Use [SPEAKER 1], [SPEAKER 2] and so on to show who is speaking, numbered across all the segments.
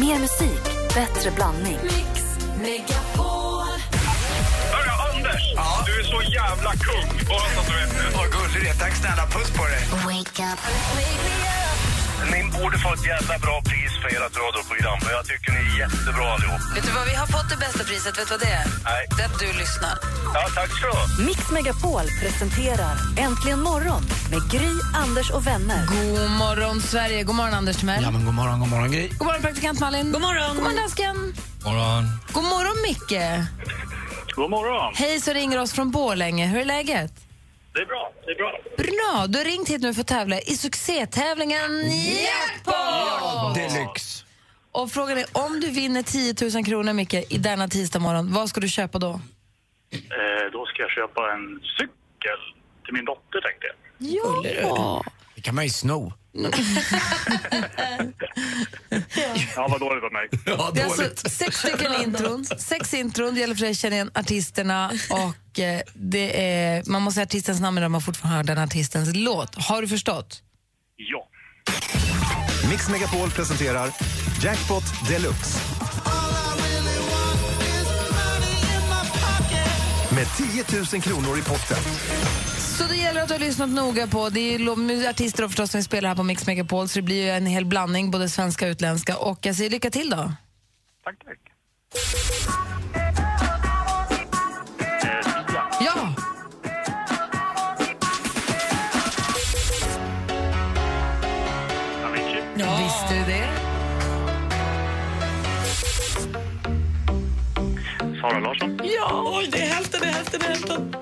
[SPEAKER 1] Mer musik, bättre blandning.
[SPEAKER 2] Mix Megapol.
[SPEAKER 3] Hörru, Anders! Du är så jävla kung! Bara så att du vet det.
[SPEAKER 4] Vad gullig du är. Tack snälla. Puss på dig.
[SPEAKER 3] Ni borde få ett jävla bra pris för ert radioprogram. för Jag tycker ni är jättebra allihop.
[SPEAKER 5] Vet du vad, vi har fått det bästa priset. Vet du vad det är?
[SPEAKER 3] Nej.
[SPEAKER 5] Det är att du lyssnar.
[SPEAKER 3] Ja, tack ska du ha.
[SPEAKER 1] Mix Megapol presenterar Äntligen morgon med Gry, Anders och vänner.
[SPEAKER 5] God morgon, Sverige. God morgon, Anders Timell.
[SPEAKER 4] Ja, men god morgon, god morgon Gry.
[SPEAKER 5] God morgon, praktikant Malin. God morgon. God morgon, dansken.
[SPEAKER 4] morgon.
[SPEAKER 5] God morgon, Micke.
[SPEAKER 3] God morgon!
[SPEAKER 5] Hej, så ringer oss från Borlänge. Hur är läget?
[SPEAKER 3] Det är bra, det är bra.
[SPEAKER 5] Bra. Du har ringt hit nu för att tävla i succétävlingen Jackpot!
[SPEAKER 4] Deluxe.
[SPEAKER 5] Och frågan är, om du vinner 10 000 kronor, Micke, i denna tisdag morgon, vad ska du köpa då?
[SPEAKER 3] Eh, då ska jag köpa en cykel till min dotter, tänkte jag.
[SPEAKER 5] Ja.
[SPEAKER 4] Det kan man ju sno.
[SPEAKER 3] Ja, vad dåligt av mig.
[SPEAKER 4] Ja,
[SPEAKER 5] Det är alltså sex stycken intron. Sex intron. Det gäller för dig att känna igen artisterna och eh, det är, man måste säga artistens namn när man fortfarande hör den artistens låt. Har du förstått?
[SPEAKER 3] Ja.
[SPEAKER 6] Mix Megapol presenterar Jackpot Deluxe. Med 10 000 kronor i potten.
[SPEAKER 5] Så det gäller att du har lyssnat noga på. Det är lo- mu- artister då förstås som vi spelar här på Mix Megapol så det blir ju en hel blandning, både svenska och utländska. Och jag säger lycka till då.
[SPEAKER 3] Tack, tack. Eh,
[SPEAKER 5] Ja!
[SPEAKER 3] ja. Avicii.
[SPEAKER 5] Visste du det?
[SPEAKER 3] Sara Larsson.
[SPEAKER 7] Ja, oj, det är hälften, det är hälften, det är hälften.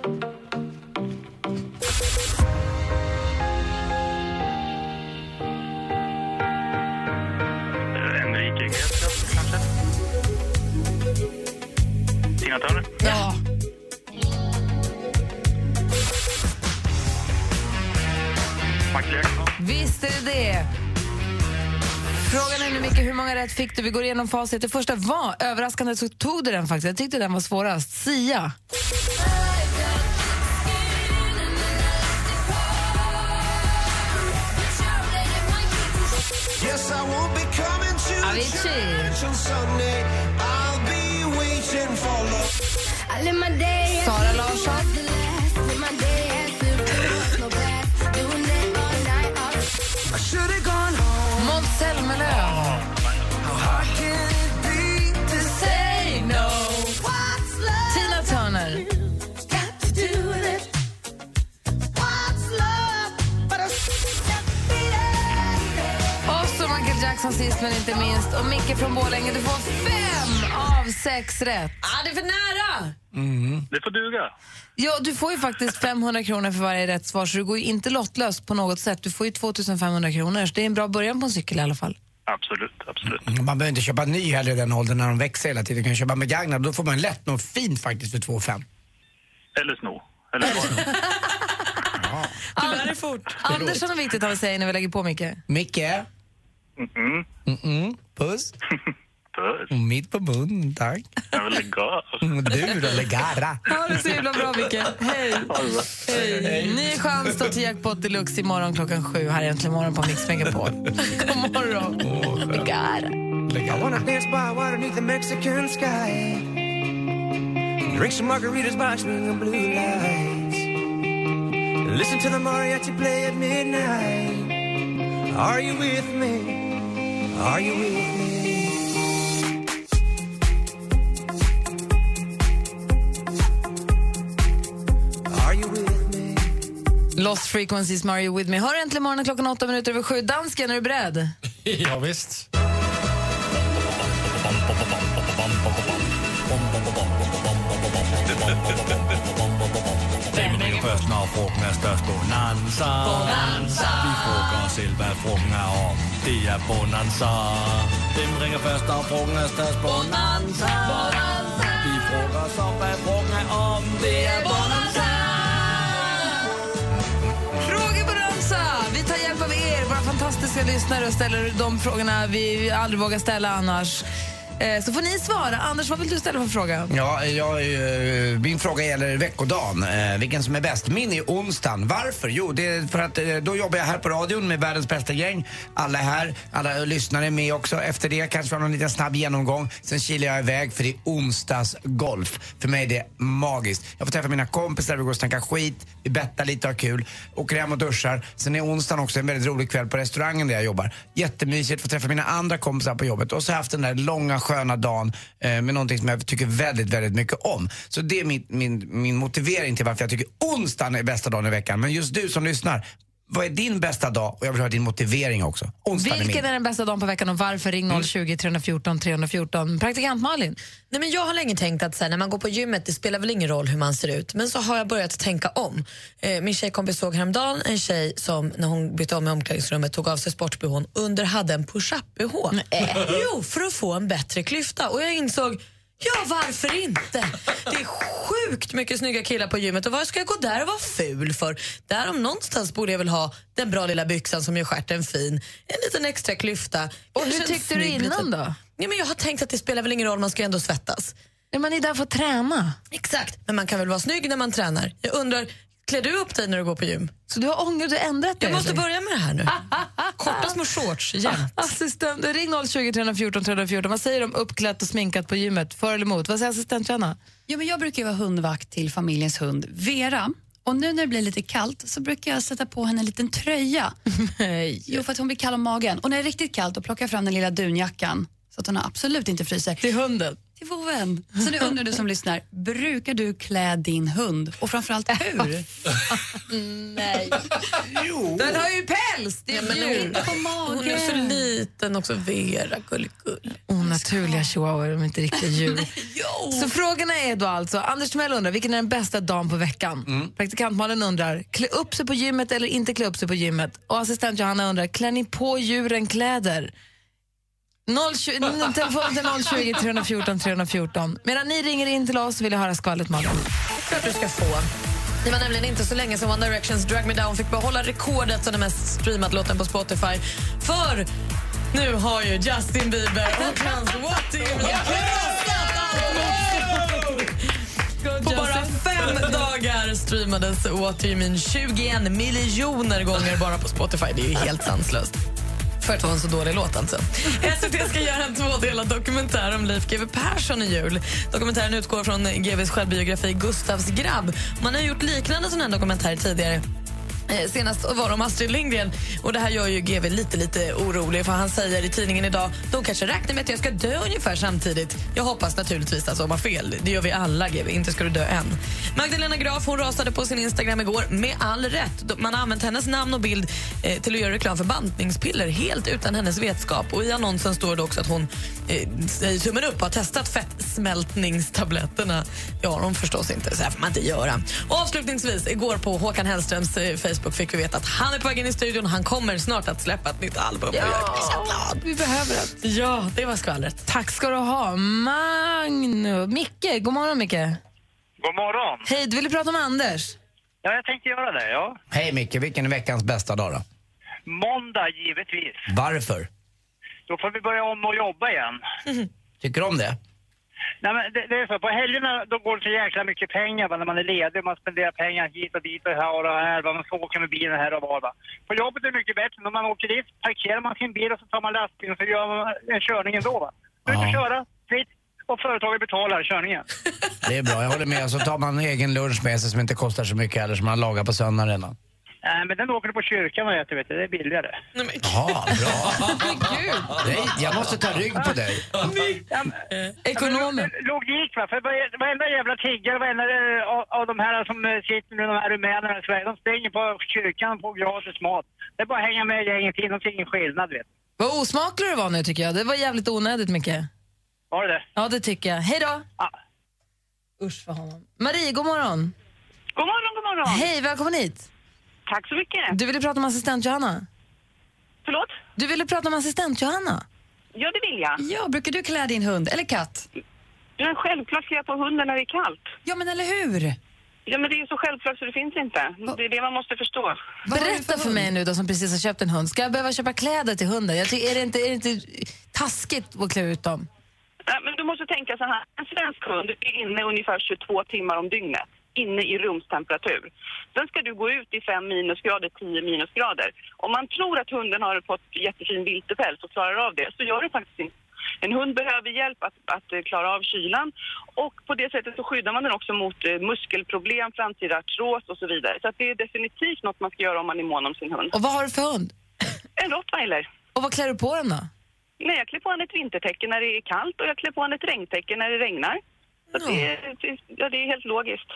[SPEAKER 3] Eh, Enrique Iglesias, kanske. Tina Turner.
[SPEAKER 5] Ja.
[SPEAKER 3] Michael Jackson.
[SPEAKER 5] Visst är det det. Frågan är nu, Micke, hur många rätt fick du? Vi går igenom facit. Det första var, överraskande så tog du den faktiskt. Jag tyckte den var svårast. Sia.
[SPEAKER 8] Yes, I will be coming to
[SPEAKER 5] Avicii.
[SPEAKER 8] church on Sunday. I'll be waiting for love.
[SPEAKER 5] Sara Larsson.
[SPEAKER 8] I should have gone home.
[SPEAKER 5] Måns Zelmerlöw.
[SPEAKER 8] I can't be this
[SPEAKER 5] Say no. Tina Turner.
[SPEAKER 8] got to do with it. What's love? But I
[SPEAKER 5] Och så Michael Jackson sist men inte minst. Och Micke från Borlänge, du får fem av sex rätt.
[SPEAKER 7] Ah, det är för nära!
[SPEAKER 3] Det får duga.
[SPEAKER 5] Ja, du får ju faktiskt 500 kronor för varje rätt svar så du går ju inte lottlös på något sätt. Du får ju 2500 kronor så det är en bra början på en cykel i alla fall.
[SPEAKER 3] Absolut, absolut.
[SPEAKER 4] Man behöver inte köpa ny heller i den åldern när de växer hela tiden. Kan man köpa begagnad då får man lätt något fint faktiskt för 2 5.
[SPEAKER 3] Eller sno. Eller vad?
[SPEAKER 7] Du lär dig fort.
[SPEAKER 5] Andersson är viktigt att vi säger när vi lägger på Micke.
[SPEAKER 4] Micke,
[SPEAKER 3] Mm-mm.
[SPEAKER 4] puss.
[SPEAKER 3] Puss.
[SPEAKER 4] Mitt på munnen, tack.
[SPEAKER 3] Jag vill lägga av.
[SPEAKER 4] Och Du då, Legara.
[SPEAKER 5] Ha det så himla bra, Micke. Hej! Hej. Ny chans då till Jackpot Deluxe imorgon klockan sju. Här är Äntligen morgon på Mix Megapol. God morgon! Legar.
[SPEAKER 8] I wanna dance by water beneath the Mexican sky. Drink some margaritas by swinging blue lights. Listen to the mariachi play at midnight. Are you with me? Are you with me? Are you with me?
[SPEAKER 5] Lost Frequencies, Mario With Me. Hör Äntligen morgon klockan åtta minuter över sju. Dansken, är du beredd?
[SPEAKER 9] Ja, visst. Stämningen först när frågan är störst bonanza. Vi frågar oss själva vad frågan är om. Det är bonanza. Vem ringer först när frågan är störst bonanza? Vi frågar oss vad frågan är om. Det är bonanza.
[SPEAKER 5] Frågebalansa! Vi tar hjälp av er, våra fantastiska lyssnare och ställer de frågorna vi aldrig vågar ställa annars. Eh, Så får ni svara. Anders, vad vill du ställa för fråga?
[SPEAKER 4] Ja, jag, är ju- min fråga gäller veckodagen. Eh, Vilken som är bäst? Min är onsdagen. Varför? Jo, det är för att eh, då jobbar jag här på radion med världens bästa gäng. Alla är här, alla lyssnare är med också. Efter det kanske vi har en liten snabb genomgång. Sen kilar jag iväg för det är onsdagsgolf. För mig är det magiskt. Jag får träffa mina kompisar, vi går och snackar skit, vi bettar lite och har kul. Åker hem och duschar. Sen är onsdagen också en väldigt rolig kväll på restaurangen där jag jobbar. Jättemysigt, får träffa mina andra kompisar på jobbet. Och så har jag haft den där långa sköna dagen eh, med någonting som jag tycker väldigt, väldigt mycket om. Så det är min, min, min motivering till varför jag tycker onsdagen är bästa dagen i veckan. Men just du som lyssnar, vad är din bästa dag? Och jag vill ha din motivering också. Onsdagen är
[SPEAKER 5] Vilken
[SPEAKER 4] min.
[SPEAKER 5] är den bästa dagen på veckan och varför? Ring 020 314 314. Praktikant Malin.
[SPEAKER 10] Nej, men jag har länge tänkt att så här, när man går på gymmet, det spelar väl ingen roll hur man ser ut. Men så har jag börjat tänka om. Eh, min tjejkompis såg häromdagen en tjej som när hon bytte om i omklädningsrummet tog av sig sportbehån under hade en push-up-bh. Jo, för att få en bättre klyfta. Och jag insåg Ja, varför inte? Det är sjukt mycket snygga killar på gymmet och vad ska jag gå där och vara ful för? Där om någonstans borde jag väl ha den bra lilla byxan som gör stjärten fin, en liten extra klyfta.
[SPEAKER 5] Och hur
[SPEAKER 10] kanske en
[SPEAKER 5] tyckte du
[SPEAKER 10] snygg
[SPEAKER 5] innan då?
[SPEAKER 10] Ja, men jag har tänkt att det spelar väl ingen roll, man ska ju ändå svettas.
[SPEAKER 5] Ja, man är där för att träna.
[SPEAKER 10] Exakt, men man kan väl vara snygg när man tränar. Jag undrar, klär du upp dig när du går på gym?
[SPEAKER 5] Så du har ångrat och ändrat dig?
[SPEAKER 10] Jag måste
[SPEAKER 5] eller?
[SPEAKER 10] börja med det här nu. Korta små shorts jämt.
[SPEAKER 5] Assistent, ring 020 314 314. Vad säger de uppklätt och sminkat på gymmet? För eller emot? Vad säger assistenttränarna?
[SPEAKER 11] Jo, men jag brukar ju vara hundvakt till familjens hund Vera. Och nu när det blir lite kallt så brukar jag sätta på henne en liten tröja. Jo, för att hon blir kall om magen. Och när det är riktigt kallt då plockar jag fram den lilla dunjackan så att hon absolut inte fryser.
[SPEAKER 5] Till hunden?
[SPEAKER 11] Till vovven. Så nu undrar du som lyssnar, brukar du klä din hund? Och framförallt hur?
[SPEAKER 10] Nej.
[SPEAKER 4] Jo.
[SPEAKER 5] Den har ju päls! Det är
[SPEAKER 10] men
[SPEAKER 5] djur.
[SPEAKER 10] hon, hon är så liten också, Vera. Gulligull.
[SPEAKER 5] Onaturliga chihuahuor, de är inte riktiga djur. Så frågorna är då alltså, Anders Timell undrar vilken är den bästa dagen på veckan? Praktikant Malin undrar, klä upp sig på gymmet eller inte klä upp sig på gymmet? Och assistent Johanna undrar, klär ni på djuren kläder? 020, telefon till 020 314 314. Medan ni ringer in till oss vill jag höra skvallret Malin.
[SPEAKER 10] klart du ska få. Det var nämligen inte så länge som One Directions Drag Me Down fick behålla rekordet som den mest streamade låten på Spotify. För nu har ju Justin Bieber och hans What You Mean krossat allt motstånd. På bara fem dagar streamades What You Mean 21 miljoner gånger bara på Spotify. Det är ju helt sanslöst. För att vara en så dålig låt alltså. SVT ska göra en tvådelad dokumentär om Leif GW Persson i jul. Dokumentären utgår från GWs självbiografi Gustavs grabb. Man har gjort liknande sådana här dokumentärer tidigare. Eh, Senast var det om Astrid Lindgren. Och det här gör ju GW lite, lite orolig för han säger i tidningen idag de kanske räknar med att jag ska dö ungefär samtidigt. Jag hoppas naturligtvis att de har fel. Det gör vi alla, GW. Inte ska du dö än. Magdalena Graf hon rasade på sin Instagram igår med all rätt. Man har använt hennes namn och bild eh, till att göra reklam för bantningspiller helt utan hennes vetskap. Och I annonsen står det också att hon eh, säger tummen upp och har testat fettsmältningstabletterna. Ja, de förstås inte. Så här får man inte göra. Och avslutningsvis, igår på Håkan Hellströms eh, Facebook fick vi veta att han är på väg in i studion. Han kommer snart att släppa ett nytt album. Och jag är så glad.
[SPEAKER 5] Vi behöver det.
[SPEAKER 10] Ja, det var skvallret.
[SPEAKER 5] Tack ska du ha. Magnu, Micke, god morgon Micke.
[SPEAKER 3] God morgon!
[SPEAKER 5] Hej, du ville prata om Anders.
[SPEAKER 3] Ja, jag tänkte göra det, ja.
[SPEAKER 4] Hej Micke, vilken är veckans bästa dag då?
[SPEAKER 3] Måndag, givetvis.
[SPEAKER 4] Varför?
[SPEAKER 3] Då får vi börja om och jobba igen.
[SPEAKER 4] Tycker du om det?
[SPEAKER 3] Nej, men det, det är så. På helgerna då går det så jäkla mycket pengar va, när man är ledig. Man spenderar pengar hit och dit och här och här. Va. Man får åka med bilen här och var. Va. På jobbet är det mycket bättre. När man åker dit parkerar man sin bil och så tar man lastbilen och så gör man en körning ändå. Va. Ut och
[SPEAKER 4] Ja.
[SPEAKER 3] köra, fritt. Och företaget betalar körningen.
[SPEAKER 4] Det är bra, jag håller med. Så tar man en egen lunch med sig som inte kostar så mycket heller, som man lagar på söndagen redan.
[SPEAKER 3] Nej, men den åker du på kyrkan och äter, vet du. Det är billigare.
[SPEAKER 4] Jaha, bra. Nej, jag måste ta rygg på dig.
[SPEAKER 3] Ja, men-
[SPEAKER 5] Ekonomen.
[SPEAKER 3] Ja, men Logik va, för varje- varenda jävla tiggare, varenda eh, av, av de här som eh, sitter nu, de här rumänerna i Sverige, de springer på kyrkan och får gratis mat. Det är bara att hänga med gänget in, de ser ingen skillnad vet du.
[SPEAKER 5] Vad osmaklig du var nu tycker jag. Det var jävligt onödigt Micke.
[SPEAKER 3] Var det det?
[SPEAKER 5] Ja, det tycker jag. Hej då!
[SPEAKER 3] Ja.
[SPEAKER 5] Usch för honom. Marie, god morgon.
[SPEAKER 12] God morgon, god morgon.
[SPEAKER 5] Hej, välkommen hit.
[SPEAKER 12] Tack så mycket.
[SPEAKER 5] Du ville prata om assistent Johanna.
[SPEAKER 12] Förlåt?
[SPEAKER 5] Du ville prata om assistent Johanna.
[SPEAKER 12] Ja, det vill jag.
[SPEAKER 11] Ja, brukar du klä din hund eller katt?
[SPEAKER 12] Men självklart ska jag på hunden när det är kallt.
[SPEAKER 11] Ja, men eller hur?
[SPEAKER 12] Ja, men det är ju så självklart så det finns inte. Det är det man måste förstå.
[SPEAKER 5] Berätta för mig nu då som precis har köpt en hund. Ska jag behöva köpa kläder till hunden? Jag tycker, är, det inte, är det inte taskigt att klä ut dem?
[SPEAKER 12] Nej, Äh, men du måste tänka så här. En svensk hund är inne ungefär 22 timmar om dygnet, inne i rumstemperatur. Sen ska du gå ut i 5 minusgrader, 10 minusgrader. Om man tror att hunden har fått jättefin viltepäls och klarar av det, så gör det faktiskt inte. En hund behöver hjälp att, att eh, klara av kylan och på det sättet så skyddar man den också mot eh, muskelproblem, framtida artros och så vidare. Så att det är definitivt något man ska göra om man är mån om sin hund.
[SPEAKER 5] Och vad har du för hund?
[SPEAKER 12] En rottweiler.
[SPEAKER 5] Och vad klär du på den då?
[SPEAKER 12] Nej, jag klär på henne ett vintertäcke när det är kallt och jag klär på henne ett regntäcke när det regnar. Så att det, är- det, ja, det är helt logiskt.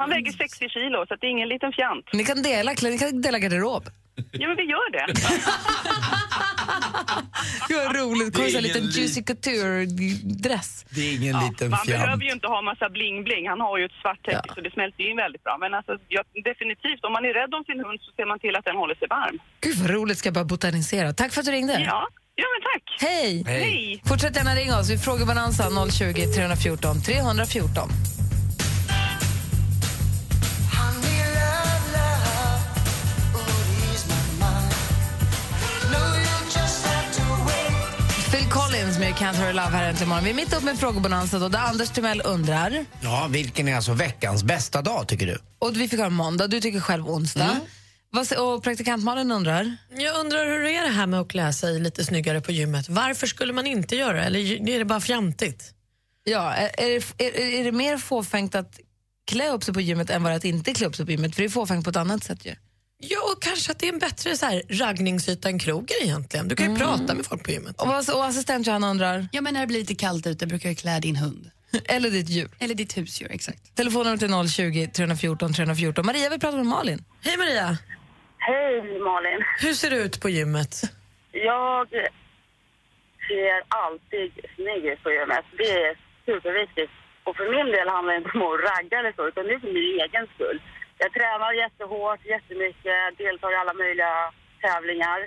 [SPEAKER 12] Han väger 60 kilo, så att det är ingen liten fjant.
[SPEAKER 5] Ni kan dela, klä- ni kan dela garderob.
[SPEAKER 12] Ja, men vi gör det.
[SPEAKER 5] Gud vad roligt,
[SPEAKER 12] Det
[SPEAKER 5] kommer
[SPEAKER 12] är
[SPEAKER 5] en
[SPEAKER 12] ingen
[SPEAKER 5] liten
[SPEAKER 12] lit-
[SPEAKER 5] juicy couture-dress.
[SPEAKER 4] Det är ingen liten
[SPEAKER 12] Man behöver
[SPEAKER 4] fjant.
[SPEAKER 12] ju inte ha massa bling-bling. Han har ju ett svart täcke, så det smälter ju in väldigt bra. Men alltså, ja, definitivt, om man är rädd om sin hund så ser man till att den håller sig varm.
[SPEAKER 5] Gud vad roligt, ska jag bara botanisera. Tack för att du ringde.
[SPEAKER 12] Ja, ja men tack.
[SPEAKER 5] Hej.
[SPEAKER 12] Hej. Hej.
[SPEAKER 5] Fortsätt gärna ringa oss. Vi frågar balansen 020 314 314. Phil Collins med You Can't Hurry Love här äntligen morgon. Vi är mitt uppe med frågebonanza då, där Anders Timell undrar.
[SPEAKER 4] Ja, vilken är alltså veckans bästa dag tycker du?
[SPEAKER 5] Och vi fick höra måndag, du tycker själv onsdag.
[SPEAKER 12] Mm.
[SPEAKER 5] Vad se- Och praktikant Malin undrar.
[SPEAKER 7] Jag undrar hur är det här med att klä sig lite snyggare på gymmet? Varför skulle man inte göra det? Eller är det bara fjantigt?
[SPEAKER 5] Ja, är, är, är, är det mer fåfängt att klä upp sig på gymmet än vad det är att inte klä upp sig på gymmet? För det är fåfängt på ett annat sätt ju.
[SPEAKER 7] Ja, och kanske att det är en bättre så här, raggningsyta än krogen egentligen. Du kan ju
[SPEAKER 5] Mm.
[SPEAKER 7] prata med folk på gymmet.
[SPEAKER 5] Och, vad- och assistent Johanna undrar?
[SPEAKER 11] Ja, men när det blir lite kallt ute brukar jag klä din hund.
[SPEAKER 5] Eller ditt djur.
[SPEAKER 11] Eller ditt husdjur, exakt.
[SPEAKER 5] Telefonnumret är 020 314 314. Maria vill prata med Malin.
[SPEAKER 7] Hej Maria!
[SPEAKER 13] Hej Malin.
[SPEAKER 7] Hur ser du ut på gymmet?
[SPEAKER 13] Jag ser alltid snygg ut på gymmet. Det är superviktigt. Och för min del handlar det inte om att ragga eller så, utan det är för min egen skull. Jag tränar jättehårt, jättemycket, deltar i alla möjliga tävlingar.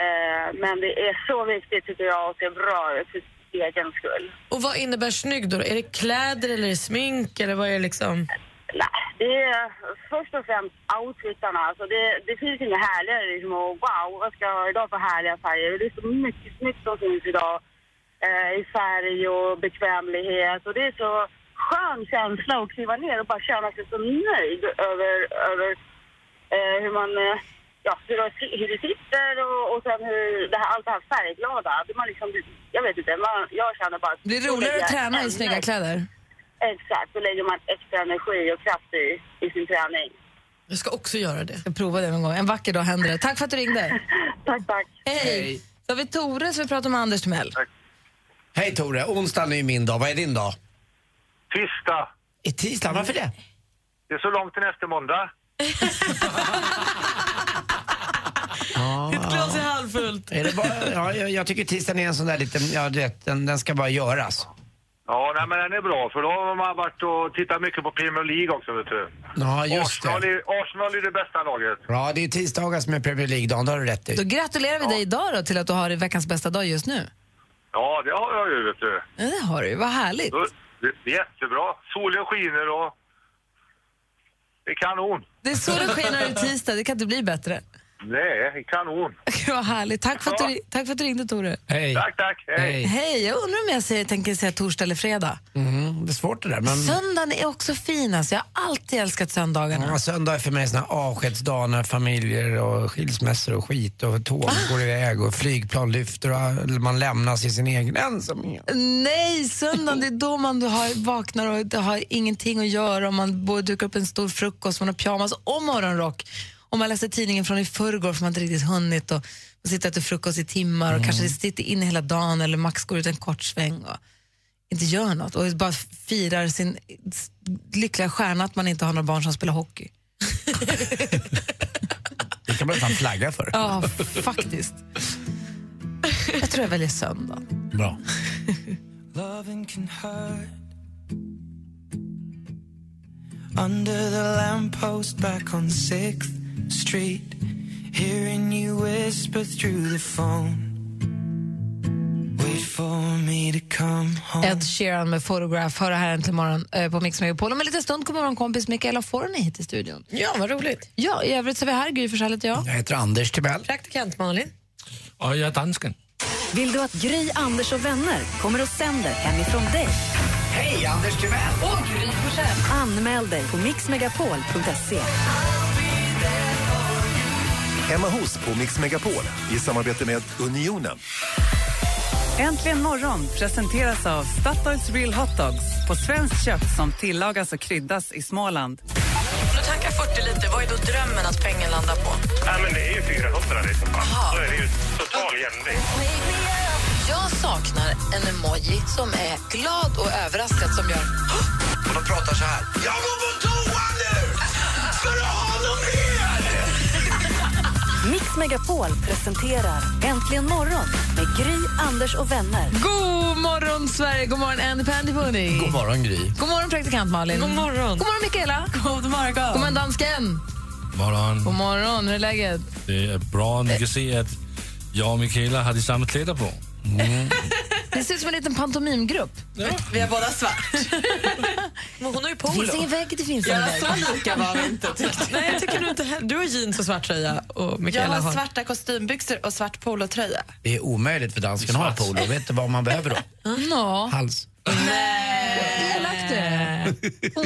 [SPEAKER 13] Eh, men det är så viktigt tycker jag att se bra ut för sin egen skull.
[SPEAKER 7] Och vad innebär snygg då? Är det kläder eller är det smink eller vad är det liksom?
[SPEAKER 13] Det är först och främst outfitarna. Alltså det, det finns inget härligare. Liksom, och wow, vad ska jag ha idag för härliga färger? Och det är så mycket snyggt som finns idag eh, i färg och bekvämlighet. Och det är så skön känsla att kliva ner och bara känna sig så nöjd över, över eh, hur man... Eh, Ja, hur det- hur det sitter och, och sen hur det här, allt det här färgglada. Det man liksom, jag vet inte, man, jag känner bara...
[SPEAKER 5] Det är roligare att träna i snygga
[SPEAKER 13] kläder.
[SPEAKER 5] kläder.
[SPEAKER 13] Exakt, då lägger man extra energi och kraft i, i sin träning.
[SPEAKER 7] Jag ska också göra det.
[SPEAKER 5] Jag provar det någon gång. En vacker dag händer det. Tack för att du ringde.
[SPEAKER 13] tack, tack.
[SPEAKER 5] Hej. Så har vi Tore som vill prata med Anders Timell.
[SPEAKER 4] Hej Tore, onsdagen är ju min dag. Vad är din dag?
[SPEAKER 14] Tisdag.
[SPEAKER 4] I tisdag, varför det?
[SPEAKER 14] Det är så långt till nästa måndag.
[SPEAKER 7] Ditt glas är halvfullt.
[SPEAKER 4] Är det bara, ja, jag, jag tycker tisdagen är en sån där liten, ja du vet, den, den ska bara göras.
[SPEAKER 14] Ja, nej, men den är bra för då har man varit och tittat mycket på Premier League också, vet du.
[SPEAKER 4] Ja, just
[SPEAKER 14] Arsenal
[SPEAKER 4] det.
[SPEAKER 14] är, Arsenal är det bästa laget.
[SPEAKER 4] Ja, det är tisdagar som är Premier League-dagen, det har du rätt
[SPEAKER 5] Då
[SPEAKER 4] i.
[SPEAKER 5] gratulerar vi dig idag då till att du har veckans bästa dag just nu.
[SPEAKER 14] Ja, det har jag ju, vet du.
[SPEAKER 5] Ja, det har du ju. Vad härligt.
[SPEAKER 14] Så, det- Det är jättebra. Solen skiner och det är kanon.
[SPEAKER 5] Det är solen skenar i tisdag, det kan inte bli bättre.
[SPEAKER 14] Nej, kanon.
[SPEAKER 5] Vad härligt. Tack för att du, tack för att du ringde, Tore.
[SPEAKER 4] Hej.
[SPEAKER 14] Tack, tack.
[SPEAKER 5] Hej. jag undrar om jag säger, tänker säga torsdag eller fredag.
[SPEAKER 4] Mm, det är svårt det där. Men...
[SPEAKER 5] Söndagen är också fin, alltså. Jag har alltid älskat söndagarna.
[SPEAKER 4] Ja, söndag är för mig sån här avskedsdag när familjer och skilsmässor och skit och tåg
[SPEAKER 5] Ah.
[SPEAKER 4] går iväg och flygplan lyfter och man lämnas i sin egen ensamhet.
[SPEAKER 5] Nej, söndagen det är då man har, vaknar och inte har ingenting att göra och man både dukar upp en stor frukost, man har pyjamas och morgonrock. Och man läser tidningen från i förrgår för man inte riktigt hunnit och man sitter och äter frukost i timmar och kanske sitter inne hela dagen eller max går ut en kort sväng och inte gör något och bara firar sin s- lyckliga stjärna att man inte har några barn som spelar hockey.
[SPEAKER 4] Det kan man fan flagga för.
[SPEAKER 5] Ja, faktiskt. Jag tror jag väljer söndag.
[SPEAKER 4] Bra.
[SPEAKER 2] Loving can hurt Under the lamppost back on 6th Street Hearing you whisper through the phone Wait for me to come home
[SPEAKER 5] Ed Sheeran med Photograph. Hör det här äntligen morgon eh, på Mix Megapol. Om en liten stund kommer vår kompis Mikaela Forni hit till studion.
[SPEAKER 7] Ja, vad roligt.
[SPEAKER 5] Ja, i övrigt så är vi här, Gry Forssell heter jag.
[SPEAKER 4] Jag heter Anders Timell.
[SPEAKER 7] Praktikant Malin.
[SPEAKER 15] Och jag är dansken.
[SPEAKER 1] Vill du att Gry, Anders och vänner kommer och sänder hemifrån dig?
[SPEAKER 4] Hej, Anders Timell!
[SPEAKER 1] Och Gry Anmäl dig på mixmegapol.se.
[SPEAKER 6] Hemma hos på Mix Megapol i samarbete med Unionen.
[SPEAKER 15] Äntligen morgon presenteras av Statoils Real Hot Dogs på svenskt kött som tillagas och kryddas i Småland.
[SPEAKER 10] Om du tankar 40 liter, vad är då drömmen att pengen landar på?
[SPEAKER 14] Nej, men det är ju 400 liksom.
[SPEAKER 10] Jaha.
[SPEAKER 14] Då är det ju total jämning.
[SPEAKER 10] Jag saknar en emoji som är glad och överraskad som gör...
[SPEAKER 4] Och de pratar så här. Jag går på toa nu! Ska du ha något mer?
[SPEAKER 1] Mix Megapol presenterar Äntligen morgon med Gry, Anders och vänner.
[SPEAKER 5] God morgon, Sverige! God morgon, Andy Pandy Punny!
[SPEAKER 9] God morgon, Gry.
[SPEAKER 5] God morgon, praktikant Malin!
[SPEAKER 9] God morgon.
[SPEAKER 5] God morgon, Mikaela! God morgon! God morgon, dansken!
[SPEAKER 9] Morgon.
[SPEAKER 5] God morgon, hur är läget?
[SPEAKER 9] Det är bra. Ni kan se att jag och Mikaela har de samma kläder på. Mm.
[SPEAKER 5] Ni ser ut som en liten pantomimgrupp.
[SPEAKER 10] Vi har båda svart. Men hon har ju
[SPEAKER 5] Det
[SPEAKER 10] polo.
[SPEAKER 16] Oh,
[SPEAKER 5] finns ingen vägg, det finns ingen
[SPEAKER 10] Ja,
[SPEAKER 5] vägg.
[SPEAKER 10] så lika var vi inte. tyckte jag.
[SPEAKER 7] Nej, jag tycker nog inte heller. Du har jeans och svart tröja och
[SPEAKER 16] Jag
[SPEAKER 7] Mikaela
[SPEAKER 16] har
[SPEAKER 7] har...
[SPEAKER 16] svarta kostymbyxor och svart polotröja.
[SPEAKER 4] Det är omöjligt för dansken att ha polo. Vet du vad man behöver då?
[SPEAKER 5] Nå.
[SPEAKER 4] Hals.
[SPEAKER 5] Elakt du är.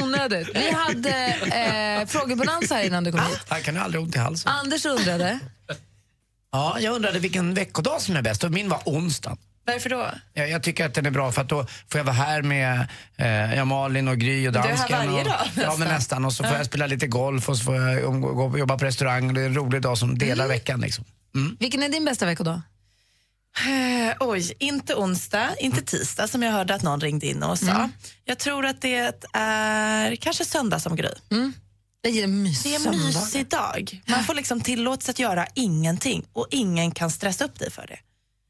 [SPEAKER 5] Onödigt. Vi hade eh, frågebonanza här innan du kom hit.
[SPEAKER 4] Jag Ah, kan aldrig ha ont i halsen.
[SPEAKER 5] Anders undrade.
[SPEAKER 4] Ja, jag undrade vilken veckodag som är bäst och min var onsdag.
[SPEAKER 16] Varför då?
[SPEAKER 4] Jag, jag tycker att den är bra för att då får jag vara här med eh, ja, Malin och Gry och
[SPEAKER 16] Du är här
[SPEAKER 4] dansken.
[SPEAKER 16] varje
[SPEAKER 4] och,
[SPEAKER 16] dag,
[SPEAKER 4] Ja, men
[SPEAKER 16] nästan.
[SPEAKER 4] nästan. Och så får
[SPEAKER 16] Ja.
[SPEAKER 4] jag spela lite golf och så får jag umgå- gå, jobba på restaurang. Det är en rolig dag som delar veckan liksom. Mm.
[SPEAKER 5] Vilken är din bästa veckodag?
[SPEAKER 16] Eh, oj, inte onsdag, inte tisdag som jag hörde att någon ringde in och sa.
[SPEAKER 14] Mm.
[SPEAKER 16] Jag tror att det är kanske söndag som grej.
[SPEAKER 5] Det är en mysig,
[SPEAKER 16] det är en mysig dag. Man får liksom tillåtelse att göra ingenting och ingen kan stressa upp dig för det.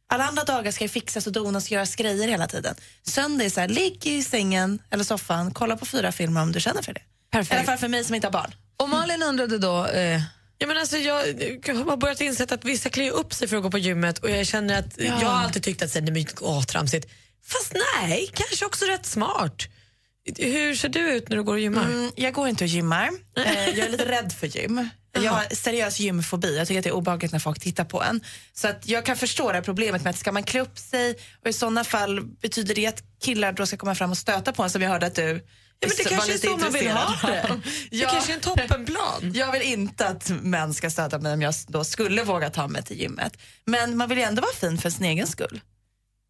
[SPEAKER 16] Alla andra dagar ska ju fixas och donas och göras grejer hela tiden. Söndag är så här, ligg i sängen eller soffan, kolla på fyra filmer om du känner för det.
[SPEAKER 5] Perfekt.
[SPEAKER 16] I alla fall för mig som inte har barn.
[SPEAKER 5] Och Malin undrade då... Eh,
[SPEAKER 7] Ja, men alltså, jag har börjat inse att vissa klär ju upp sig för att gå på gymmet och jag känner att
[SPEAKER 5] Ja.
[SPEAKER 7] jag har alltid tyckt att så här, nej, men, åh, tramsigt. Fast nej, kanske också rätt smart. Hur ser du ut när du går och gymmar?
[SPEAKER 16] Mm, jag går inte och gymmar. Eh, jag är lite rädd för gym. Jag har seriös gymfobi. Jag tycker att det är obehagligt när folk tittar på en. Så att jag kan förstå det här problemet med att ska man klä upp sig och i sådana fall betyder det att killar då ska komma fram och stöta på en som jag hörde att du
[SPEAKER 7] Ja, men det
[SPEAKER 16] var
[SPEAKER 7] kanske är
[SPEAKER 16] lite
[SPEAKER 7] så man vill
[SPEAKER 16] intresserad
[SPEAKER 7] ha det.
[SPEAKER 16] av.
[SPEAKER 7] Det kanske är en toppenplan.
[SPEAKER 16] Jag vill inte att män ska stöta mig om jag då skulle våga ta mig till gymmet. Men man vill ju ändå vara fin för sin egen skull.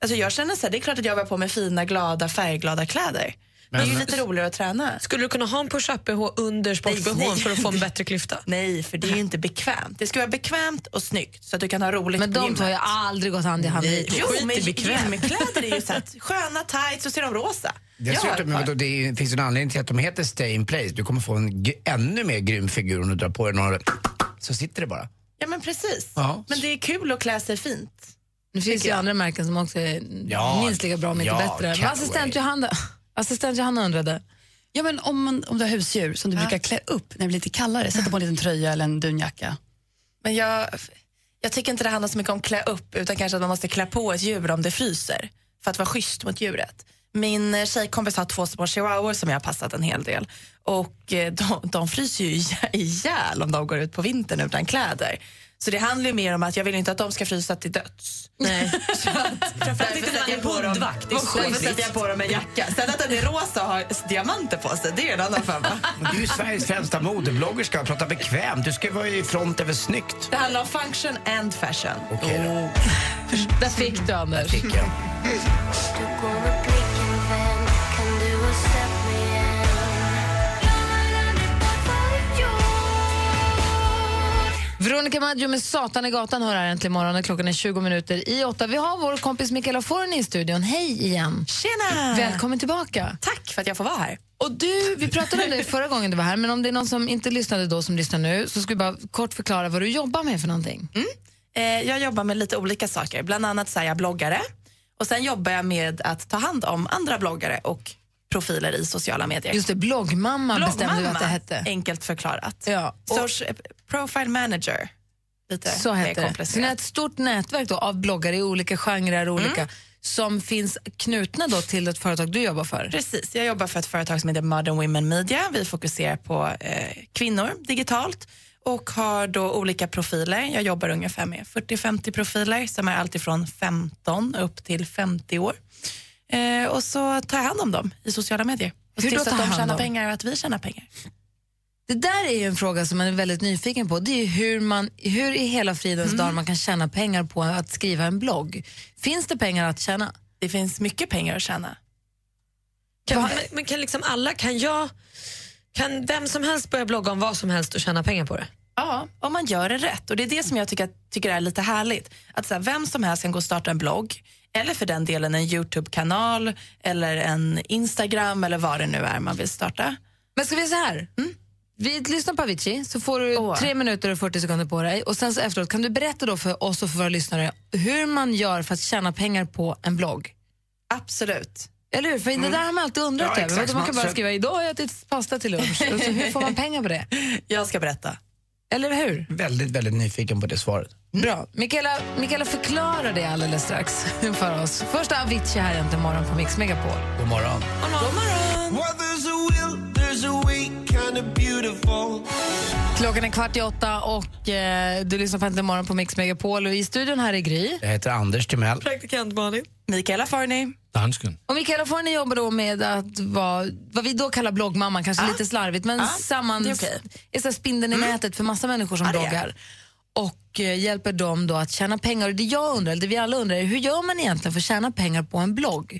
[SPEAKER 16] Alltså jag känner så här, det är klart att jag vill ha på mig fina, glada, färgglada kläder.
[SPEAKER 7] Men-
[SPEAKER 16] det är ju lite roligare att träna.
[SPEAKER 7] Skulle du kunna ha en push-up-bh under
[SPEAKER 16] Nej,
[SPEAKER 7] sport-bhn
[SPEAKER 16] nej.
[SPEAKER 7] för att få en bättre klyfta?
[SPEAKER 16] Nej, för det är ju inte bekvämt. Det ska vara bekvämt och snyggt så att du kan ha roligt
[SPEAKER 5] Men
[SPEAKER 16] på
[SPEAKER 5] de
[SPEAKER 16] gymmet.
[SPEAKER 5] två har ju aldrig gått hand i hand
[SPEAKER 16] Nej,
[SPEAKER 5] hittills.
[SPEAKER 16] Jo, men gymkläder är ju så att sköna tights och så är de rosa. Ja,
[SPEAKER 4] Dessutom, men vadå, det är- finns ju en anledning till att de heter Stay in place. Du kommer få en g- ännu mer grym figur om du drar på dig några... Så sitter det bara.
[SPEAKER 16] ja, men precis.
[SPEAKER 4] Ja.
[SPEAKER 16] Men det är kul att klä sig fint.
[SPEAKER 5] Det finns ju andra märken som också är
[SPEAKER 4] Ja,
[SPEAKER 5] minst lika bra om inte
[SPEAKER 11] ja,
[SPEAKER 5] bättre. Men
[SPEAKER 11] Callaway.
[SPEAKER 5] assistent Johanna, assistent Johanna undrade.
[SPEAKER 11] Ja, men om, man, om du har husdjur som du brukar klä upp när det blir lite kallare, sätta på en liten tröja eller en dunjacka.
[SPEAKER 16] Men jag, jag tycker inte det handlar så mycket om klä upp utan kanske att man måste klä på ett djur om det fryser för att vara schysst mot djuret. Min eh, tjejkompis har två små chihuahuor som jag har passat en hel del och eh, de, de fryser ju ihjä- ihjäl om de går ut på vintern utan kläder. Så det handlar ju mer om att jag vill inte att de ska frysa till döds.
[SPEAKER 7] Nej.
[SPEAKER 16] Så att, därför
[SPEAKER 7] inte
[SPEAKER 16] sätter
[SPEAKER 7] när
[SPEAKER 16] jag
[SPEAKER 7] man är
[SPEAKER 16] på dem,
[SPEAKER 7] hundvakt, det är
[SPEAKER 16] därför
[SPEAKER 7] skitligt.
[SPEAKER 16] sätter jag på dem en jacka. Sen att den är rosa och har diamanter på sig, det är en annan femma.
[SPEAKER 4] Men Du är ju Sveriges främsta modebloggerska. Prata bekvämt. Du ska vara i front över snyggt.
[SPEAKER 16] Det handlar om function and fashion.
[SPEAKER 4] Okej då.
[SPEAKER 7] Oh.
[SPEAKER 5] Där fick du Anders. Fick
[SPEAKER 4] jag.
[SPEAKER 5] Veronica Maggio med Satan i gatan hör här äntligen morgonen. Klockan är 20 minuter i åtta. Vi har vår kompis Mikaela Forni i studion. Hej igen!
[SPEAKER 16] Tjena!
[SPEAKER 5] Välkommen tillbaka.
[SPEAKER 16] Tack för att jag får vara här.
[SPEAKER 5] Och du, vi pratade om det förra gången du var här, men om det är någon som inte lyssnade då som lyssnar nu så ska vi bara kort förklara vad du jobbar med för någonting.
[SPEAKER 16] Eh, jag jobbar med lite olika saker. Bland annat så är jag bloggare och sen jobbar jag med att ta hand om andra bloggare och profiler i sociala medier.
[SPEAKER 5] Just det, bloggmamma, bestämde du att det hette.
[SPEAKER 16] enkelt förklarat.
[SPEAKER 5] Ja,
[SPEAKER 16] Social, profile manager, lite
[SPEAKER 5] Så
[SPEAKER 16] mer
[SPEAKER 5] heter det. Så ni har
[SPEAKER 16] komplicerat.
[SPEAKER 5] ett stort nätverk då av bloggare i olika
[SPEAKER 7] Mm.
[SPEAKER 5] genrer och olika som finns knutna då till ett företag du jobbar för.
[SPEAKER 16] Precis, jag jobbar för ett företag som heter Modern Women Media. Vi fokuserar på eh, kvinnor digitalt och har då olika profiler. Jag jobbar ungefär med 40-50 profiler som är alltifrån 15 upp till 50 år. Eh, och så tar jag hand om dem i sociala medier. Och
[SPEAKER 5] Hur
[SPEAKER 16] ser
[SPEAKER 5] då
[SPEAKER 16] till
[SPEAKER 5] tar
[SPEAKER 16] att de
[SPEAKER 5] hand
[SPEAKER 16] tjänar
[SPEAKER 5] om?
[SPEAKER 16] pengar och att vi tjänar pengar.
[SPEAKER 5] Det där är ju en fråga som man är väldigt nyfiken på. Det är ju hur, man, hur i hela fridens
[SPEAKER 7] Mm.
[SPEAKER 5] dag man kan tjäna pengar på att skriva en blogg. Finns det pengar att tjäna?
[SPEAKER 16] Det finns mycket pengar att tjäna.
[SPEAKER 7] Kan, men, men kan liksom alla, kan jag, kan vem som helst börja blogga om vad som helst och tjäna pengar på det?
[SPEAKER 16] Ja, om man gör det rätt. Och Det är det som jag tycker, tycker är lite härligt. Att så här, Vem som helst kan gå och starta en blogg eller för den delen en Youtube-kanal eller en Instagram eller vad det nu är man vill starta. Mm.
[SPEAKER 5] Men ska vi göra så här? Vi lyssnar på Avicii, så får du tre minuter och 40 sekunder på dig. Och sen så efteråt, kan du berätta då för oss och för våra lyssnare hur man gör för att tjäna pengar på en blogg?
[SPEAKER 16] Absolut.
[SPEAKER 5] Eller hur? För
[SPEAKER 16] Mm.
[SPEAKER 5] det där har man alltid undrat
[SPEAKER 16] Ja,
[SPEAKER 5] över.
[SPEAKER 16] exakt.
[SPEAKER 5] Man kan bara
[SPEAKER 16] Så-
[SPEAKER 5] skriva idag har jag ätit pasta till lunch. Och så, hur får man pengar på det?
[SPEAKER 16] Jag ska berätta.
[SPEAKER 5] Eller hur?
[SPEAKER 16] Mm.
[SPEAKER 4] Väldigt, väldigt nyfiken på det svaret.
[SPEAKER 5] Bra. Mikaela, Mikaela förklarar det alldeles strax för oss. Första Avicii här egentligen morgon på Mix Megapol.
[SPEAKER 4] God morgon.
[SPEAKER 8] Well, there's a will, there's a way, kind of beautiful.
[SPEAKER 5] Klockan är kvart i åtta och eh, du lyssnar på Äntligen morgon på Mix Megapol. Och I studion här är Gry.
[SPEAKER 4] Jag heter Anders Timell.
[SPEAKER 16] Praktikant Malin. Mikaela Farni.
[SPEAKER 9] Dansken.
[SPEAKER 5] Och Mikaela Forni jobbar då med att vara vad vi då kallar bloggmamman, kanske lite slarvigt men samman,
[SPEAKER 16] Ah. det är okej.
[SPEAKER 5] är så här spindeln i nätet för massa människor som
[SPEAKER 16] Ja, det är.
[SPEAKER 5] bloggar och eh, hjälper dem då att tjäna pengar. Och det jag undrar, eller det vi alla undrar, är hur gör man egentligen för att tjäna pengar på en blogg?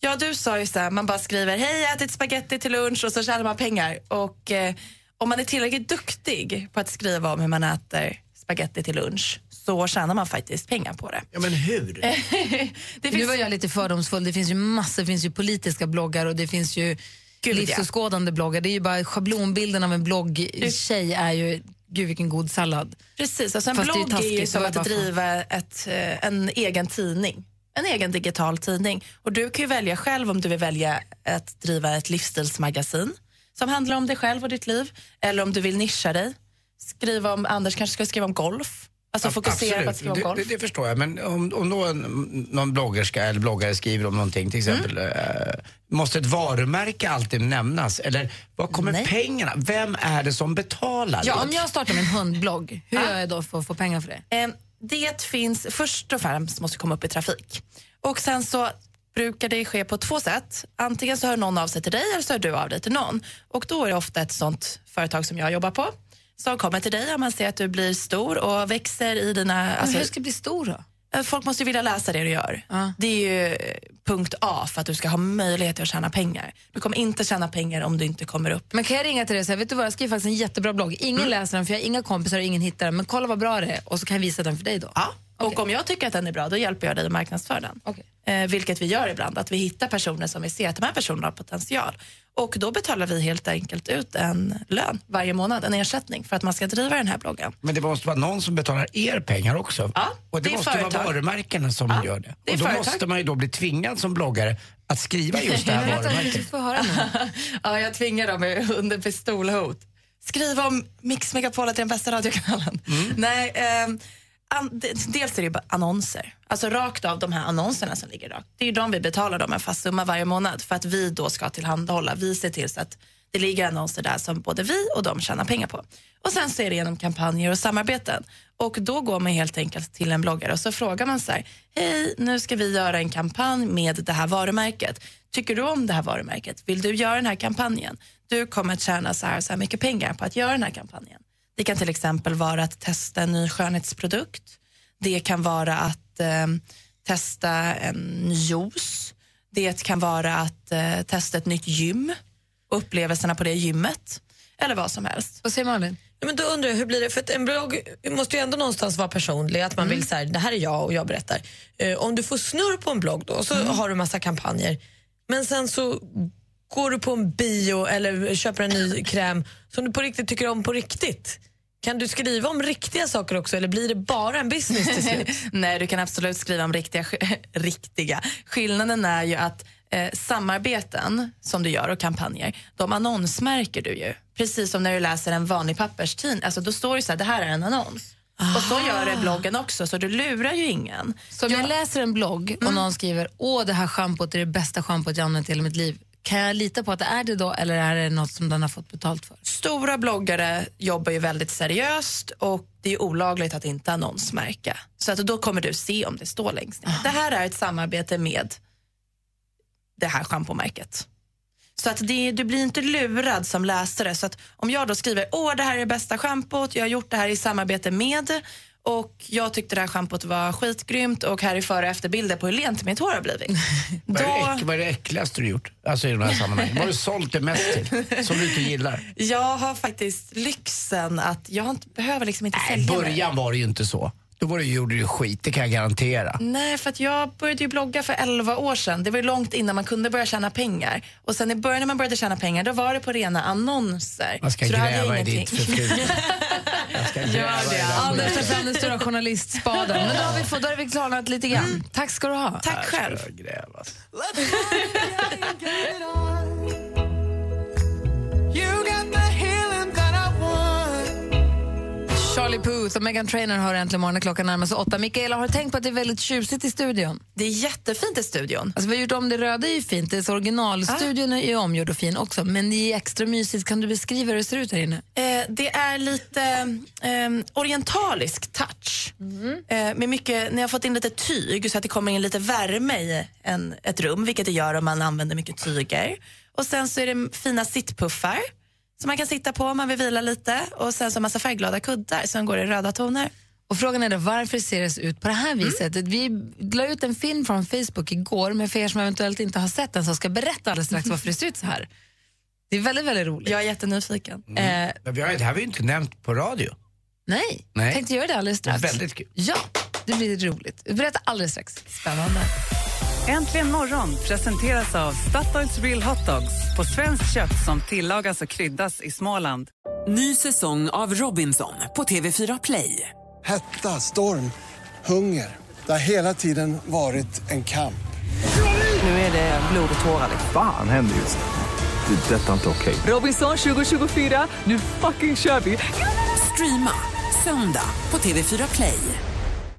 [SPEAKER 16] Ja, du sa ju så här, man bara skriver hej, jag har ätit spaghetti till lunch och så tjänar man pengar. Och eh, om man är tillräckligt duktig på att skriva om hur man äter spaghetti till lunch så tjänar man faktiskt pengar på det.
[SPEAKER 4] Ja, men hur?
[SPEAKER 16] Eh,
[SPEAKER 5] Nu var jag lite fördomsfull, det finns ju massor, det finns ju politiska bloggar och det finns ju
[SPEAKER 16] Gud, ja.
[SPEAKER 5] livsåskådande bloggar. Det är ju bara schablonbilden av en bloggtjej är ju, gud vilken god sallad.
[SPEAKER 16] Precis, alltså en
[SPEAKER 5] Fast det är ju
[SPEAKER 16] blogg är, ju
[SPEAKER 5] taskigt, det
[SPEAKER 16] som
[SPEAKER 5] var
[SPEAKER 16] att
[SPEAKER 5] bara fan.
[SPEAKER 16] driva ett, eh, en egen tidning. En egen digital tidning. Och du kan ju välja själv om du vill välja att driva ett livsstilsmagasin som handlar om dig själv och ditt liv. Eller om du vill nischa dig. Skriva om, Anders kanske ska skriva om golf. Alltså
[SPEAKER 4] Ja,
[SPEAKER 16] fokusera
[SPEAKER 4] absolut.
[SPEAKER 16] på att skriva om
[SPEAKER 4] det,
[SPEAKER 16] golf.
[SPEAKER 4] det, det förstår jag, men om, om då en, någon bloggerska eller bloggare skriver om någonting, till exempel,
[SPEAKER 16] Mm.
[SPEAKER 4] eh, måste ett varumärke alltid nämnas? Eller var kommer pengarna? Vem är det som betalar?
[SPEAKER 5] Ja, om jag startar min hundblogg, hur gör jag då för att få pengar för det?
[SPEAKER 16] Eh, Det finns, först och främst måste komma upp i trafik. Och sen så brukar det ske på två sätt. Antingen så hör någon av sig till dig eller så hör du av dig till någon. Och då är det ofta ett sånt företag som jag jobbar på som kommer till dig om man ser att du blir stor och växer i dina... alltså-
[SPEAKER 5] Men hur ska jag bli stor då?
[SPEAKER 16] Eh, Folk måste ju vilja läsa det du gör. Det är ju eh, punkt A för att du ska ha möjlighet att tjäna pengar. Du kommer inte tjäna pengar om du inte kommer upp. Mm.
[SPEAKER 5] Men kan jag ringa till dig och säga, vet du vad, jag skriver faktiskt en jättebra blogg. Ingen läser den för jag har inga kompisar och ingen hittar den. Men kolla vad bra det är och så kan jag visa den för dig då.
[SPEAKER 16] Ja. Och om jag tycker att den är bra, då hjälper jag dig att marknadsföra den. Eh, vilket vi gör ibland, att vi hittar personer som vi ser att de här personerna har potential. Och då betalar vi helt enkelt ut en lön varje månad, en ersättning för att man ska driva den här bloggen.
[SPEAKER 4] Men det måste vara någon som betalar er pengar också.
[SPEAKER 16] Ja,
[SPEAKER 4] och det,
[SPEAKER 16] det är
[SPEAKER 4] måste
[SPEAKER 16] företag.
[SPEAKER 4] vara varumärkena som gör det.
[SPEAKER 16] det är
[SPEAKER 4] och då
[SPEAKER 16] företag.
[SPEAKER 4] måste man ju då bli tvingad som bloggare att skriva just det här varumärket.
[SPEAKER 16] ja, jag tvingar dem ju under pistolhot. Skriv om Mix Megapol att det är den bästa radiokanalen. Nej, ehm, an, de- dels är det ju bara annonser. Alltså rakt av de här annonserna som ligger rakt. Det är ju de vi betalar dem en fast summa varje månad för att vi då ska tillhandahålla. Vi ser till så att det ligger annonser där som både vi och de tjänar pengar på. Och sen så är det genom kampanjer och samarbeten. Och då går man helt enkelt till en bloggare och så frågar man så här, hej, nu ska vi göra en kampanj med det här varumärket. Tycker du om det här varumärket? Vill du göra den här kampanjen? Du kommer att tjäna så här, och så här mycket pengar på att göra den här kampanjen. Det kan till exempel vara att testa en ny skönhetsprodukt. Det kan vara att eh, testa en ny juice. Det kan vara att eh, testa ett nytt gym och upplevelserna på det gymmet. Eller vad som helst.
[SPEAKER 5] Vad säger Malin?
[SPEAKER 7] Ja, men då undrar jag, hur blir det? För att en blogg måste ju ändå någonstans vara personlig, att man vill så här, det här är jag och jag berättar. Eh, om du får snurr på en blogg då, så har du massa kampanjer, men sen så går du på en bio eller köper en ny kräm som du på riktigt tycker om på riktigt. Kan du skriva om riktiga saker också eller blir det bara en business till slut?
[SPEAKER 16] Nej, du kan absolut skriva om riktiga. riktiga. Skillnaden är ju att eh, samarbeten som du gör och kampanjer, de annonsmärker du ju. Precis som när du läser en vanlig papperstidning. Alltså, då står det så här, det här är en annons. Och så gör
[SPEAKER 5] Ah.
[SPEAKER 16] det bloggen också, så du lurar ju ingen.
[SPEAKER 5] Så om jag läser en blogg och någon skriver åh det här schampot är det bästa schampot jag använt i hela mitt liv. Kan jag lita på att det är det då eller är det något som den har fått betalt för?
[SPEAKER 16] Stora bloggare jobbar ju väldigt seriöst och det är ju olagligt att inte annonsmärka. Så att då kommer du se om det står längst ner. Det här är ett samarbete med det här schampomärket. Så att det, du blir inte lurad som läsare. Så att om jag då skriver åh det här är det bästa schampot, jag har gjort det här i samarbete med och jag tyckte det här schampot var skitgrymt och här är före och efterbilder på hur lent mitt hår har blivit.
[SPEAKER 4] Vad är det äck- vad är det äckligaste du gjort? Alltså i de här sammanhangen. Vad har du sålt det mest till? Som du inte gillar?
[SPEAKER 16] Jag har faktiskt lyxen att jag har inte, behöver liksom inte
[SPEAKER 4] I
[SPEAKER 16] sälja mig.
[SPEAKER 4] början var det ju inte så. Då var det, gjorde du skit, det kan jag garantera.
[SPEAKER 16] Nej, för att jag började ju blogga för 11 år sedan. Det var ju långt innan man kunde börja tjäna pengar. Och sen i början när man började tjäna pennger, då var det på rena annonser.
[SPEAKER 4] Man ska
[SPEAKER 16] Så då hade jag
[SPEAKER 4] gräva i
[SPEAKER 16] ingenting.
[SPEAKER 4] ditt förflutna. Jag ska gräva i den
[SPEAKER 5] Anders tar
[SPEAKER 4] skiten.
[SPEAKER 5] fram den stora journalistspaden. Men då har vi, fått, då har vi klarnat lite grann.
[SPEAKER 16] Mm.
[SPEAKER 5] Tack ska du ha. Tack själv.
[SPEAKER 8] You got the healing that I want.
[SPEAKER 5] Charlie Puth och Megan Trainor har äntligen morgonen klockan närmar sig åtta. Mikaela, har du tänkt på att det är väldigt tjusigt i studion?
[SPEAKER 16] Det är jättefint i studion. Ah.
[SPEAKER 5] Alltså, vi har gjort om det röda är ju fint, det är så originalstudion är ju omgjord och fin också. Men det är extra mysigt. Kan du beskriva hur det ser ut här inne?
[SPEAKER 16] Eh, det är lite ehm, orientalisk touch. Eh, med mycket, ni har fått in lite tyg så att det kommer in lite värme i en, ett rum, vilket det gör om man använder mycket tyger. Och sen så är det fina sittpuffar som man kan sitta på om man vill vila lite. Och sen så massa färgglada kuddar som går i röda toner.
[SPEAKER 5] Och frågan är då, varför ser det ut på det
[SPEAKER 16] Mm.
[SPEAKER 5] här viset? Vi la ut en film från Facebook igår, men för er som eventuellt inte har sett den så ska jag berätta alldeles strax varför det ser ut så här. Det är väldigt, väldigt roligt. Eh,
[SPEAKER 16] Jag är jättenyfiken.
[SPEAKER 4] Mm. Men vi har, det här har vi ju inte nämnt på radio.
[SPEAKER 5] Nej,
[SPEAKER 4] Nej.
[SPEAKER 5] tänkte göra det alldeles strax.
[SPEAKER 4] Väldigt kul.
[SPEAKER 5] Ja, det blir roligt. Berätta alldeles strax. Spännande.
[SPEAKER 15] Äntligen morgon presenteras av Statoils Real Hot Dogs på svenskt kött som tillagas och kryddas i Småland.
[SPEAKER 17] Ny säsong av Robinson på TV4 Play.
[SPEAKER 18] Hetta, storm, hunger. Det har hela tiden varit en kamp.
[SPEAKER 19] Nu är det blod och tårar.
[SPEAKER 20] Fan händer just det. Det är detta inte okej.
[SPEAKER 17] Robinson 2024, nu fucking kör vi! Streama söndag på TV4 Play.